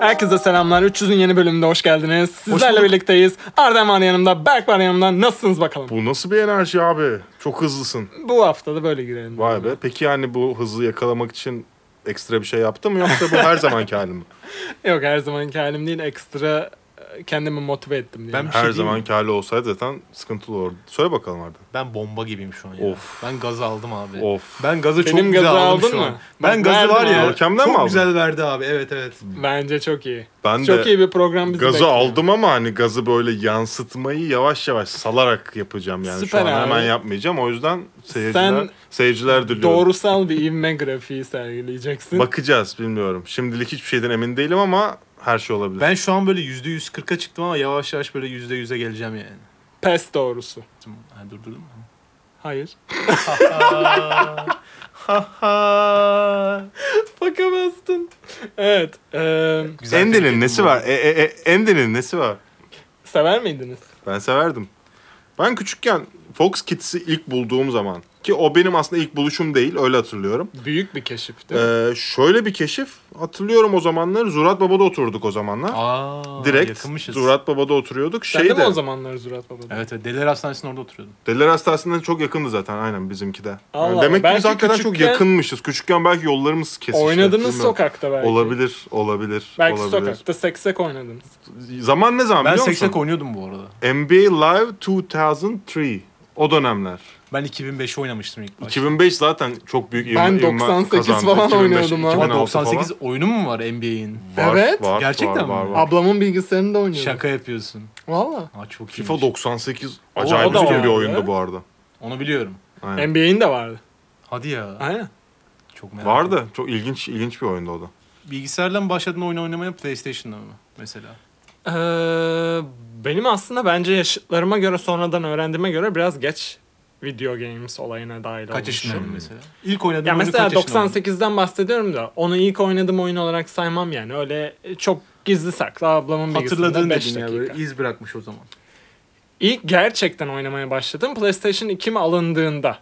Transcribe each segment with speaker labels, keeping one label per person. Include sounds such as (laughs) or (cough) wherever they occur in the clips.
Speaker 1: Herkese selamlar. 300'ün yeni bölümünde hoş geldiniz. Sizlerle
Speaker 2: bulduk.
Speaker 1: birlikteyiz. Erdem var yanımda, Berk var yanımda. Nasılsınız bakalım?
Speaker 2: Bu nasıl bir enerji abi? Çok hızlısın.
Speaker 1: Bu hafta da böyle girelim.
Speaker 2: Vay be. Peki yani bu hızı yakalamak için ekstra bir şey yaptın mı yoksa bu her zamanki
Speaker 1: (laughs)
Speaker 2: halim mi?
Speaker 1: Yok her zamanki halim değil. Ekstra e, kendimi motive ettim diye.
Speaker 3: Ben- Bir şey
Speaker 2: Her
Speaker 3: diyeyim
Speaker 2: zamanki hali olsaydı zaten sıkıntılı olurdu. Söyle bakalım abi.
Speaker 3: Ben bomba gibiyim şu an ya.
Speaker 2: Of.
Speaker 3: Ben gazı aldım abi.
Speaker 2: Of.
Speaker 3: Ben gazı çok
Speaker 1: Benim
Speaker 3: güzel
Speaker 1: gazı
Speaker 3: aldım
Speaker 1: aldın
Speaker 3: şu
Speaker 1: mı?
Speaker 3: an.
Speaker 1: Bak,
Speaker 3: Ben gazı var
Speaker 1: verdim
Speaker 3: ya.
Speaker 1: abi.
Speaker 2: Hakemden mi
Speaker 3: çok
Speaker 2: aldın?
Speaker 3: güzel verdi abi. Evet evet.
Speaker 1: (laughs) Bence çok iyi.
Speaker 2: Ben
Speaker 1: çok
Speaker 2: de
Speaker 1: iyi bir program bizi
Speaker 2: Gazı
Speaker 1: bekliyor.
Speaker 2: aldım ama hani gazı böyle yansıtmayı yavaş yavaş salarak yapacağım yani.
Speaker 1: Süper
Speaker 2: Şu an
Speaker 1: abi.
Speaker 2: hemen yapmayacağım. O yüzden seyirciler,
Speaker 1: Sen
Speaker 2: seyirciler diliyorum.
Speaker 1: Doğrusal bir ivme grafiği sergileyeceksin.
Speaker 2: Bakacağız bilmiyorum. Şimdilik hiçbir şeyden emin değilim ama her şey olabilir.
Speaker 3: Ben şu an böyle %140'a çıktım ama yavaş yavaş böyle %100'e geleceğim yani.
Speaker 1: Pes doğrusu.
Speaker 3: Ha, durdurdun mu?
Speaker 1: Hayır.
Speaker 3: Ha ha.
Speaker 1: Bakamazsın. Evet. e,
Speaker 3: Güzel
Speaker 2: Endi'nin
Speaker 3: film
Speaker 2: nesi
Speaker 3: bu.
Speaker 2: var? E, e, e, Endi'nin nesi var?
Speaker 1: sever miydiniz?
Speaker 2: Ben severdim. Ben küçükken Fox Kids'i ilk bulduğum zaman ki o benim aslında ilk buluşum değil öyle hatırlıyorum.
Speaker 1: Büyük bir keşif değil mi?
Speaker 2: Ee, şöyle bir keşif hatırlıyorum o zamanlar Zurat Baba'da oturduk o zamanlar.
Speaker 3: Aa,
Speaker 2: Direkt
Speaker 3: yakınmışız.
Speaker 2: Zurat Baba'da oturuyorduk.
Speaker 1: Sen
Speaker 2: Şeyde,
Speaker 1: de mi o zamanlar Zurat Baba'da?
Speaker 3: Evet evet. Deliler Hastanesi'nin orada oturuyordum.
Speaker 2: Deliler Hastanesi'nden çok yakındı zaten aynen bizimki de. Yani
Speaker 1: Allah
Speaker 2: demek
Speaker 1: Allah.
Speaker 2: ki biz
Speaker 1: Belki
Speaker 2: hakikaten çok
Speaker 1: küçükken-
Speaker 2: yakınmışız. Küçükken belki yollarımız kesişti.
Speaker 1: Oynadınız
Speaker 2: Bilmiyorum.
Speaker 1: sokakta belki.
Speaker 2: Olabilir, olabilir,
Speaker 1: Belki
Speaker 2: olabilir.
Speaker 1: sokakta seksek oynadınız.
Speaker 2: Zaman ne zaman
Speaker 3: Ben
Speaker 2: biliyor musun?
Speaker 3: seksek oynuyordum bu arada.
Speaker 2: NBA Live 2003. O dönemler.
Speaker 3: Ben 2005 oynamıştım ilk başta.
Speaker 2: 2005 zaten çok büyük ivme-
Speaker 1: Ben
Speaker 2: ivme
Speaker 1: 98
Speaker 2: kazandı.
Speaker 1: falan oynuyordum lan.
Speaker 2: 2006 falan.
Speaker 3: 98 oyunu mu var NBA'in?
Speaker 2: Var,
Speaker 1: Evet.
Speaker 2: var,
Speaker 3: Gerçekten
Speaker 2: var,
Speaker 3: mi?
Speaker 2: Var, var.
Speaker 1: Ablamın bilgisayarında oynuyorum.
Speaker 3: Şaka yapıyorsun.
Speaker 1: Valla.
Speaker 3: Aa, çok iyi.
Speaker 2: FIFA 98
Speaker 3: O-
Speaker 2: acayip
Speaker 3: o da
Speaker 2: üstün
Speaker 3: vardı.
Speaker 2: bir oyundu bu arada.
Speaker 3: Onu biliyorum.
Speaker 2: Aynen.
Speaker 1: NBA'in de vardı.
Speaker 3: Hadi ya.
Speaker 1: Aynen.
Speaker 3: Çok merak ettim.
Speaker 2: Vardı. Çok ilginç ilginç bir oyundu o da.
Speaker 3: Bilgisayarla mı başladın oyun oynamaya PlayStation'la mı mesela?
Speaker 1: Ee, benim aslında bence yaşıtlarıma göre sonradan öğrendiğime göre biraz geç video games olayına dahil
Speaker 3: Kaç
Speaker 1: olmuşum.
Speaker 3: yaşındaydın mesela? İlk oynadığın
Speaker 1: Ya
Speaker 3: oyunu
Speaker 1: mesela
Speaker 3: kaç yaşında oynadın?
Speaker 1: 98'den bahsediyorum da onu ilk oynadığım oyun olarak saymam yani. Öyle çok gizli saklı ablamın
Speaker 3: Hatırladığın
Speaker 1: bilgisayarında 5
Speaker 3: dedin ya
Speaker 1: dakika.
Speaker 3: böyle iz bırakmış o zaman.
Speaker 1: İlk gerçekten oynamaya başladım PlayStation 2 mi alındığında.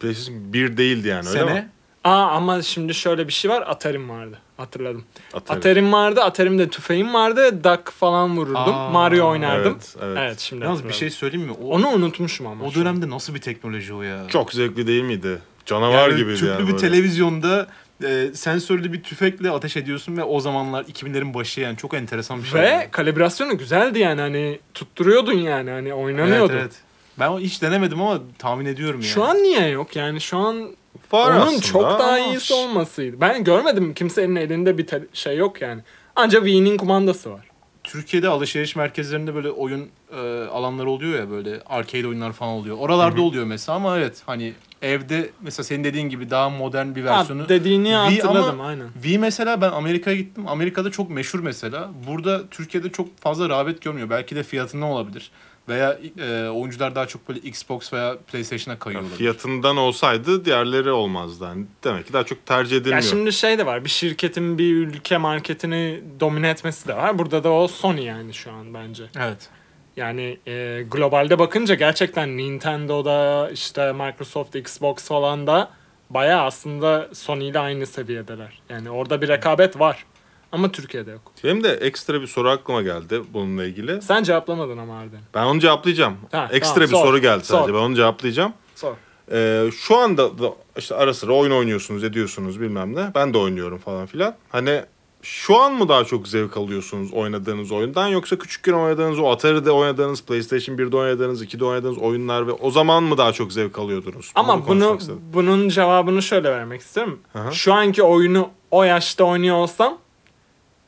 Speaker 2: PlayStation 1 değildi yani öyle mi?
Speaker 3: Sene?
Speaker 1: Aa ama şimdi şöyle bir şey var. Atari'm vardı. Hatırladım.
Speaker 2: Atari.
Speaker 1: Atari'm vardı. Atari'mde tüfeğim vardı. Duck falan vururdum.
Speaker 3: Aa,
Speaker 1: Mario oynardım.
Speaker 2: Evet,
Speaker 1: Evet,
Speaker 2: evet.
Speaker 1: şimdi
Speaker 3: Yalnız bir
Speaker 1: hatırladım.
Speaker 3: şey söyleyeyim mi? O,
Speaker 1: Onu unutmuşum ama.
Speaker 3: o
Speaker 1: şu an.
Speaker 3: dönemde nasıl bir teknoloji o ya?
Speaker 2: Çok zevkli değil miydi? Canavar
Speaker 3: yani
Speaker 2: gibiydi
Speaker 3: tüplü
Speaker 2: yani.
Speaker 3: bir
Speaker 2: böyle.
Speaker 3: televizyonda e, sensörlü bir tüfekle ateş ediyorsun ve o zamanlar 2000'lerin başı yani çok enteresan bir şey.
Speaker 1: Ve kalibrasyonu güzeldi yani hani tutturuyordun yani hani oynanıyordu.
Speaker 3: Evet, evet. Ben o hiç denemedim ama tahmin ediyorum yani.
Speaker 1: Şu an niye yok yani şu an
Speaker 2: Var
Speaker 1: onun
Speaker 2: aslında
Speaker 1: çok daha
Speaker 2: ama
Speaker 1: iyisi olmasıydı. Ben görmedim kimsenin elinde bir te- şey yok yani. Anca Wii'nin kumandası var.
Speaker 3: Türkiye'de alışveriş merkezlerinde böyle oyun e, alanları oluyor ya böyle arcade oyunlar falan oluyor. Oralarda oluyor mesela ama evet hani evde mesela senin dediğin gibi daha modern bir
Speaker 1: Ha,
Speaker 3: versiyonu.
Speaker 1: dediğini
Speaker 3: Wii
Speaker 1: hatırladım
Speaker 3: ama-
Speaker 1: aynen.
Speaker 3: V mesela ben Amerika'ya gittim. Amerika'da çok meşhur mesela. Burada Türkiye'de çok fazla rağbet görmüyor. Belki de fiyatından olabilir. Veya e, oyuncular daha çok böyle Xbox veya PlayStation'a kayıyor
Speaker 2: Yani
Speaker 3: olabilir.
Speaker 2: fiyatından olsaydı diğerleri olmazdı. Yani demek ki daha çok tercih edilmiyor.
Speaker 1: Ya şimdi şey de var bir şirketin bir ülke marketini domine etmesi de var. Burada da o Sony yani şu an bence.
Speaker 3: Evet.
Speaker 1: Yani e, globalde bakınca gerçekten Nintendo'da işte Microsoft, Xbox falan da bayağı aslında Sony ile aynı seviyedeler. Yani orada bir rekabet var. Ama Türkiye'de yok.
Speaker 2: Benim de ekstra bir soru aklıma geldi bununla ilgili.
Speaker 1: Sen cevaplamadın ama Arden.
Speaker 2: Ben onu cevaplayacağım.
Speaker 1: Ha,
Speaker 2: ekstra
Speaker 1: tamam,
Speaker 2: bir
Speaker 1: sor,
Speaker 2: soru geldi sadece.
Speaker 1: sor.
Speaker 2: Ben onu cevaplayacağım.
Speaker 1: Sor.
Speaker 2: Ee, şu anda da işte ara sıra oyun oynuyorsunuz, ediyorsunuz bilmem ne. Ben de oynuyorum falan filan. Hani şu an mı daha çok zevk alıyorsunuz oynadığınız oyundan yoksa küçükken oynadığınız o Atari'de oynadığınız, PlayStation 1'de oynadığınız, 2'de oynadığınız oyunlar ve o zaman mı daha çok zevk alıyordunuz?
Speaker 1: Ama bunu
Speaker 2: konuşmak istedim.
Speaker 1: bunun cevabını şöyle vermek istiyorum.
Speaker 2: Aha.
Speaker 1: Şu anki oyunu o yaşta oynuyor olsam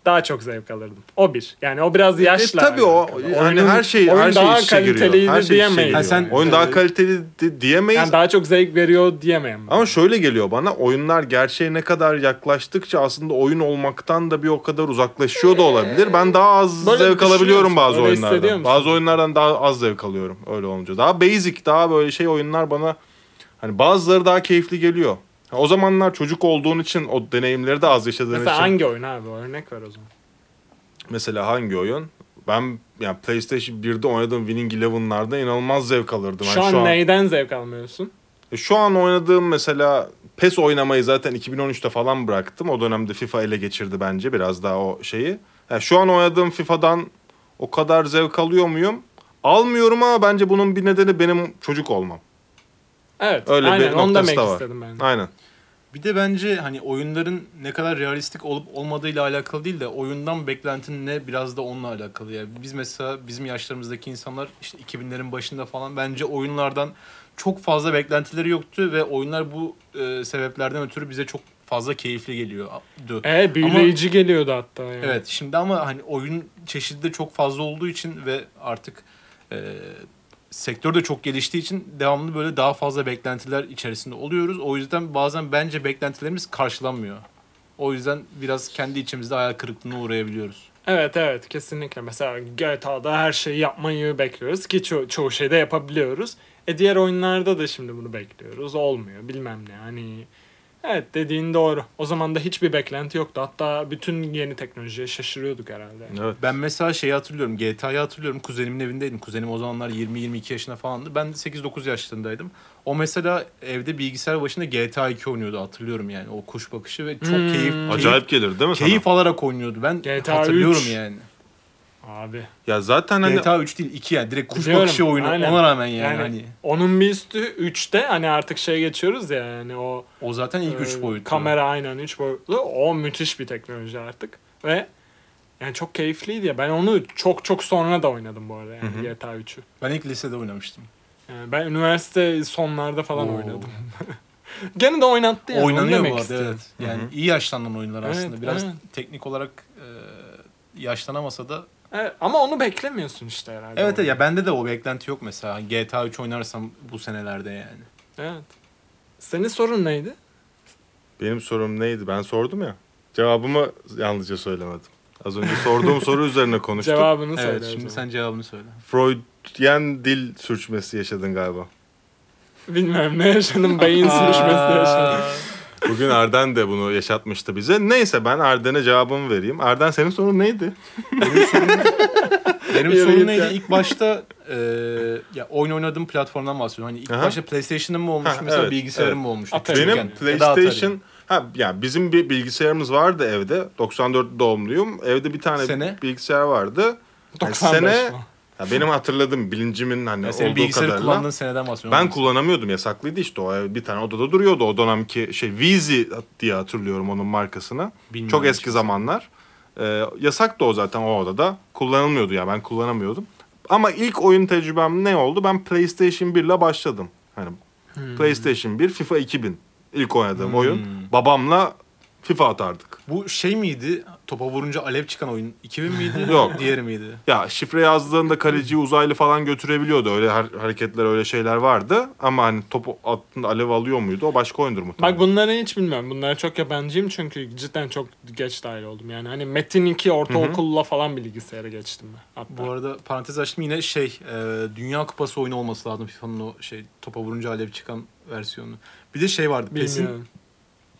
Speaker 1: daha çok zevk alırdım. O bir. Yani o biraz yaşla.
Speaker 2: E, tabii o
Speaker 1: alakalı.
Speaker 2: yani
Speaker 1: Oyunun-
Speaker 2: her şey
Speaker 1: oyun
Speaker 2: her şey
Speaker 1: daha
Speaker 2: iç içe giriyor.
Speaker 1: kaliteliydi
Speaker 2: Her şey iç içe
Speaker 1: diyemeyiz.
Speaker 2: giriyor.
Speaker 3: Ha, sen-
Speaker 2: oyun daha kaliteli di- diyemeyiz
Speaker 1: Yani daha çok zevk veriyor diyemem.
Speaker 2: Ama şöyle geliyor bana oyunlar gerçeğe ne kadar yaklaştıkça aslında oyun olmaktan da bir o kadar uzaklaşıyor da olabilir. Ben daha az
Speaker 1: Böyle
Speaker 2: zevk alabiliyorum
Speaker 1: düşünüyorsun,
Speaker 2: bazı
Speaker 1: öyle hissediyor
Speaker 2: oyunlardan.
Speaker 1: musun?
Speaker 2: Bazı oyunlardan daha az zevk alıyorum öyle olunca. Daha basic daha böyle şey oyunlar bana hani bazıları daha keyifli geliyor. Ha, O zamanlar çocuk olduğun için o deneyimleri de az yaşadığın
Speaker 1: Mesela
Speaker 2: için.
Speaker 1: hangi oyun abi? Örnek ver o zaman.
Speaker 2: Mesela hangi oyun? Ben yani PlayStation 1'de oynadığım Winning Eleven'larda inanılmaz zevk alırdım. Hani
Speaker 1: Şu
Speaker 2: Yani
Speaker 1: an, neyden zevk almıyorsun?
Speaker 2: E, Şu an oynadığım mesela PES oynamayı zaten 2013'te falan bıraktım. O dönemde FIFA ele geçirdi bence biraz daha o şeyi. Yani şu an oynadığım FIFA'dan o kadar zevk alıyor muyum? Almıyorum ama bence bunun bir nedeni benim çocuk olmam.
Speaker 1: Evet.
Speaker 2: Öyle
Speaker 1: aynen,
Speaker 2: bir
Speaker 1: onu
Speaker 2: noktası
Speaker 1: demek
Speaker 2: da var.
Speaker 1: istedim ben. de.
Speaker 2: Aynen.
Speaker 3: Bir de bence hani oyunların ne kadar realistik olup olmadığıyla alakalı değil de oyundan beklentinin ne biraz da onunla alakalı. Yani biz mesela bizim yaşlarımızdaki insanlar işte 2000'lerin başında falan bence oyunlardan çok fazla beklentileri yoktu ve oyunlar bu e, sebeplerden ötürü bize çok fazla keyifli geliyordu.
Speaker 1: E, büyüleyici geliyordu hatta. Yani.
Speaker 3: Evet şimdi ama hani oyun çeşidi de çok fazla olduğu için ve artık e, sektör de çok geliştiği için devamlı böyle daha fazla beklentiler içerisinde oluyoruz. O yüzden bazen bence beklentilerimiz karşılanmıyor. O yüzden biraz kendi içimizde hayal kırıklığına uğrayabiliyoruz.
Speaker 1: Evet evet kesinlikle. Mesela GTA'da her şeyi yapmayı bekliyoruz ki ço- çoğu şeyde yapabiliyoruz. E diğer oyunlarda da şimdi bunu bekliyoruz. Olmuyor bilmem ne hani. Evet dediğin doğru. O zaman da hiçbir beklenti yoktu. Hatta bütün yeni teknolojiye şaşırıyorduk herhalde.
Speaker 2: Evet.
Speaker 3: Ben mesela şeyi hatırlıyorum. GTA'yı hatırlıyorum. Kuzenimin evindeydim. Kuzenim o zamanlar 20-22 yaşında falandı. Ben 8-9 yaşlarındaydım. O mesela evde bilgisayar başında GTA 2 oynuyordu hatırlıyorum yani. O kuş bakışı ve çok
Speaker 1: Hmm.
Speaker 3: keyif, keyif
Speaker 2: Acayip
Speaker 1: (laughs)
Speaker 2: gelir değil mi sana?
Speaker 3: keyif alarak oynuyordu. Ben
Speaker 1: GTA
Speaker 3: hatırlıyorum
Speaker 1: üç.
Speaker 3: yani.
Speaker 1: Abi.
Speaker 2: Ya zaten hani
Speaker 3: GTA 3 değil 2 yani direkt kuş
Speaker 1: Biliyorum,
Speaker 3: bakışı oyunu
Speaker 1: aynen.
Speaker 3: ona rağmen yani,
Speaker 1: Yani,
Speaker 3: hani
Speaker 1: onun bir üstü 3'te hani artık şey geçiyoruz ya yani o
Speaker 3: o zaten ilk 3
Speaker 1: Ee,
Speaker 3: boyutlu.
Speaker 1: Kamera aynen 3 boyutlu. O müthiş bir teknoloji artık. Ve yani çok keyifliydi ya. Ben onu çok çok sonra da oynadım bu arada yani GTA 3'ü.
Speaker 3: Ben ilk lisede oynamıştım.
Speaker 1: Yani ben üniversite sonlarda falan
Speaker 3: Oo.
Speaker 1: oynadım. (laughs) Gene de oynattı yani. onu
Speaker 3: Oynanıyor bu
Speaker 1: demek
Speaker 3: arada
Speaker 1: istiyorum.
Speaker 3: evet. Yani iyi yaşlanan oyunlar
Speaker 1: Evet,
Speaker 3: aslında. Biraz
Speaker 1: evet.
Speaker 3: teknik olarak e, yaşlanamasa da
Speaker 1: Evet, Ama onu beklemiyorsun işte herhalde.
Speaker 3: Evet
Speaker 1: orada.
Speaker 3: ya bende de o beklenti yok mesela. Hani GTA 3 oynarsam bu senelerde yani.
Speaker 1: Evet. Senin sorun neydi?
Speaker 2: benim sorum neydi? Ben sordum ya. Cevabımı yalnızca söylemedim. Az önce sorduğum (laughs) soru üzerine konuştuk.
Speaker 1: Cevabını söyle.
Speaker 3: Evet
Speaker 1: o
Speaker 3: şimdi
Speaker 1: zaman.
Speaker 3: sen cevabını söyle.
Speaker 2: Freudyen dil sürçmesi yaşadın galiba.
Speaker 1: Bilmem ne yaşadım.
Speaker 3: (laughs)
Speaker 1: Beyin sürüşmesi yaşadım.
Speaker 2: Bugün Erden de bunu yaşatmıştı bize. Neyse ben Erden'e cevabımı vereyim. Erden senin sorun neydi?
Speaker 3: Benim
Speaker 1: Yürü
Speaker 3: sorun
Speaker 1: git
Speaker 3: neydi?
Speaker 1: ya.
Speaker 3: İlk başta e, ya oyun oynadığım platformdan bahsediyorum. Hani ilk
Speaker 2: Aha.
Speaker 3: başta PlayStation'ın mı olmuş
Speaker 2: Ha,
Speaker 3: mesela
Speaker 2: evet,
Speaker 3: bilgisayarım
Speaker 2: evet.
Speaker 3: mı olmuş?
Speaker 1: Atari.
Speaker 2: Benim
Speaker 1: Çocukken.
Speaker 3: Ya da Atari.
Speaker 2: PlayStation ha yani bizim bir bilgisayarımız vardı evde. 94 doğumluyum. Evde bir tane
Speaker 3: Sene?
Speaker 2: bilgisayar vardı. Yani
Speaker 1: 95
Speaker 2: sene-
Speaker 1: falan.
Speaker 2: Ya benim hatırladığım bilincimin hani
Speaker 3: Ya
Speaker 2: olduğu
Speaker 3: senin bilgisayarı
Speaker 2: kadarıyla.
Speaker 3: kullandığın seneden bahsediyorum.
Speaker 2: Ben kullanamıyordum yasaklıydı işte o ev bir tane odada duruyordu o dönemki şey Vizi diye hatırlıyorum onun markasını.
Speaker 3: Bilmiyorum
Speaker 2: Çok eski
Speaker 3: açıkçası.
Speaker 2: zamanlar. Ee, yasak da o zaten o odada. Kullanılmıyordu ya ben kullanamıyordum. Ama ilk oyun tecrübem ne oldu? Ben PlayStation 1 ile başladım. Hani PlayStation 1 FIFA 2000 ilk oynadığım oyun. Babamla FIFA atardık.
Speaker 3: Bu şey miydi? Topa vurunca alev çıkan oyun 2000 miydi?
Speaker 2: (laughs) Yok.
Speaker 3: Diğeri miydi?
Speaker 2: Ya şifre yazdığında kaleciyi uzaylı falan götürebiliyordu. Öyle har- hareketler öyle şeyler vardı. Ama hani topu attığında alev alıyor muydu? O başka oyundur muhtemelen.
Speaker 1: Bak bunları hiç bilmiyorum. Bunlara çok yabancıyım çünkü cidden çok geç dahil oldum. Yani hani Metin 2 ortaokulla falan bilgisayara geçtim ben. Hatta.
Speaker 3: Bu arada parantez açtım yine şey e, Dünya Kupası oyunu olması lazım FIFA'nın o şey topa vurunca alev çıkan versiyonu. Bir de şey vardı. PES'in,
Speaker 1: Bilmiyorum.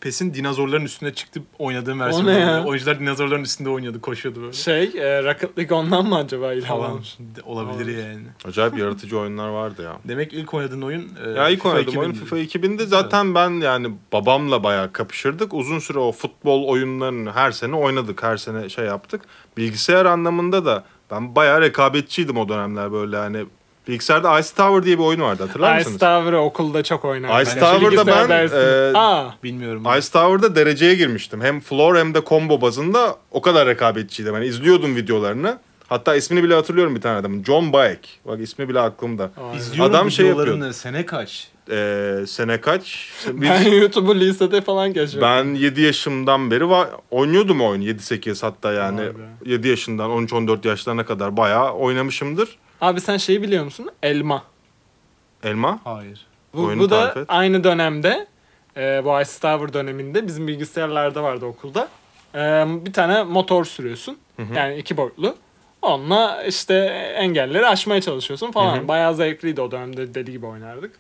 Speaker 3: PES'in dinozorların üstüne çıktı oynadığım versiyonu.
Speaker 1: ne ya?
Speaker 3: Oyuncular dinozorların üstünde oynuyordu, koşuyordu böyle.
Speaker 1: Şey e, Rocket League ondan mı acaba ilham
Speaker 3: falan
Speaker 1: almış?
Speaker 3: de- olabilir
Speaker 1: Olabilir.
Speaker 3: yani.
Speaker 2: Acayip yaratıcı oyunlar vardı ya.
Speaker 3: Demek ilk oynadığın oyun e,
Speaker 2: (laughs) Ya ilk oynadığım
Speaker 3: 2000
Speaker 2: oyun
Speaker 3: dedi.
Speaker 2: FIFA 2000'de zaten ben yani babamla bayağı kapışırdık. Uzun süre o futbol oyunlarını her sene oynadık. Her sene şey yaptık. Bilgisayar anlamında da ben bayağı rekabetçiydim o dönemler böyle hani. Bilgisayarda Ice Tower diye bir oyun vardı hatırlar
Speaker 1: Ice
Speaker 2: mısınız?
Speaker 1: Tower'ı okulda çok oynardım.
Speaker 2: Ice
Speaker 1: Yani
Speaker 2: Tower'da
Speaker 1: bilgisayar
Speaker 2: ben,
Speaker 1: dersi.
Speaker 2: e,
Speaker 1: Aa,
Speaker 3: Bilmiyorum.
Speaker 2: Ice Tower'da dereceye girmiştim. Hem floor hem de combo bazında o kadar rekabetçiydim. Hani izliyordum videolarını. Hatta ismini bile hatırlıyorum bir tane adamın. John Bayek. Bak ismi bile aklımda.
Speaker 1: Aynen.
Speaker 3: İzliyorum
Speaker 2: Adam
Speaker 3: Adam
Speaker 2: şey
Speaker 3: şey
Speaker 2: yapıyor.
Speaker 3: Sene kaç?
Speaker 2: Ee,
Speaker 1: (laughs)
Speaker 2: sene kaç? Bir-
Speaker 1: ben YouTube'u lisede falan geçiyordum.
Speaker 2: Ben 7 yaşımdan beri va- oynuyordum oyun 7-8 hatta yani
Speaker 1: Vay be.
Speaker 2: 7 yaşından 13-14 yaşlarına kadar bayağı oynamışımdır.
Speaker 1: Abi sen şeyi biliyor musun? Elma.
Speaker 2: Elma.
Speaker 3: Hayır.
Speaker 1: Bu,
Speaker 2: Oyunu
Speaker 1: bu da
Speaker 2: tarif et.
Speaker 1: aynı dönemde e, bu Ice Tower döneminde bizim bilgisayarlarda vardı okulda. E, bir tane motor sürüyorsun. Yani iki boyutlu. Onunla işte engelleri aşmaya çalışıyorsun falan. Bayağı zevkliydi o dönemde deli gibi oynardık.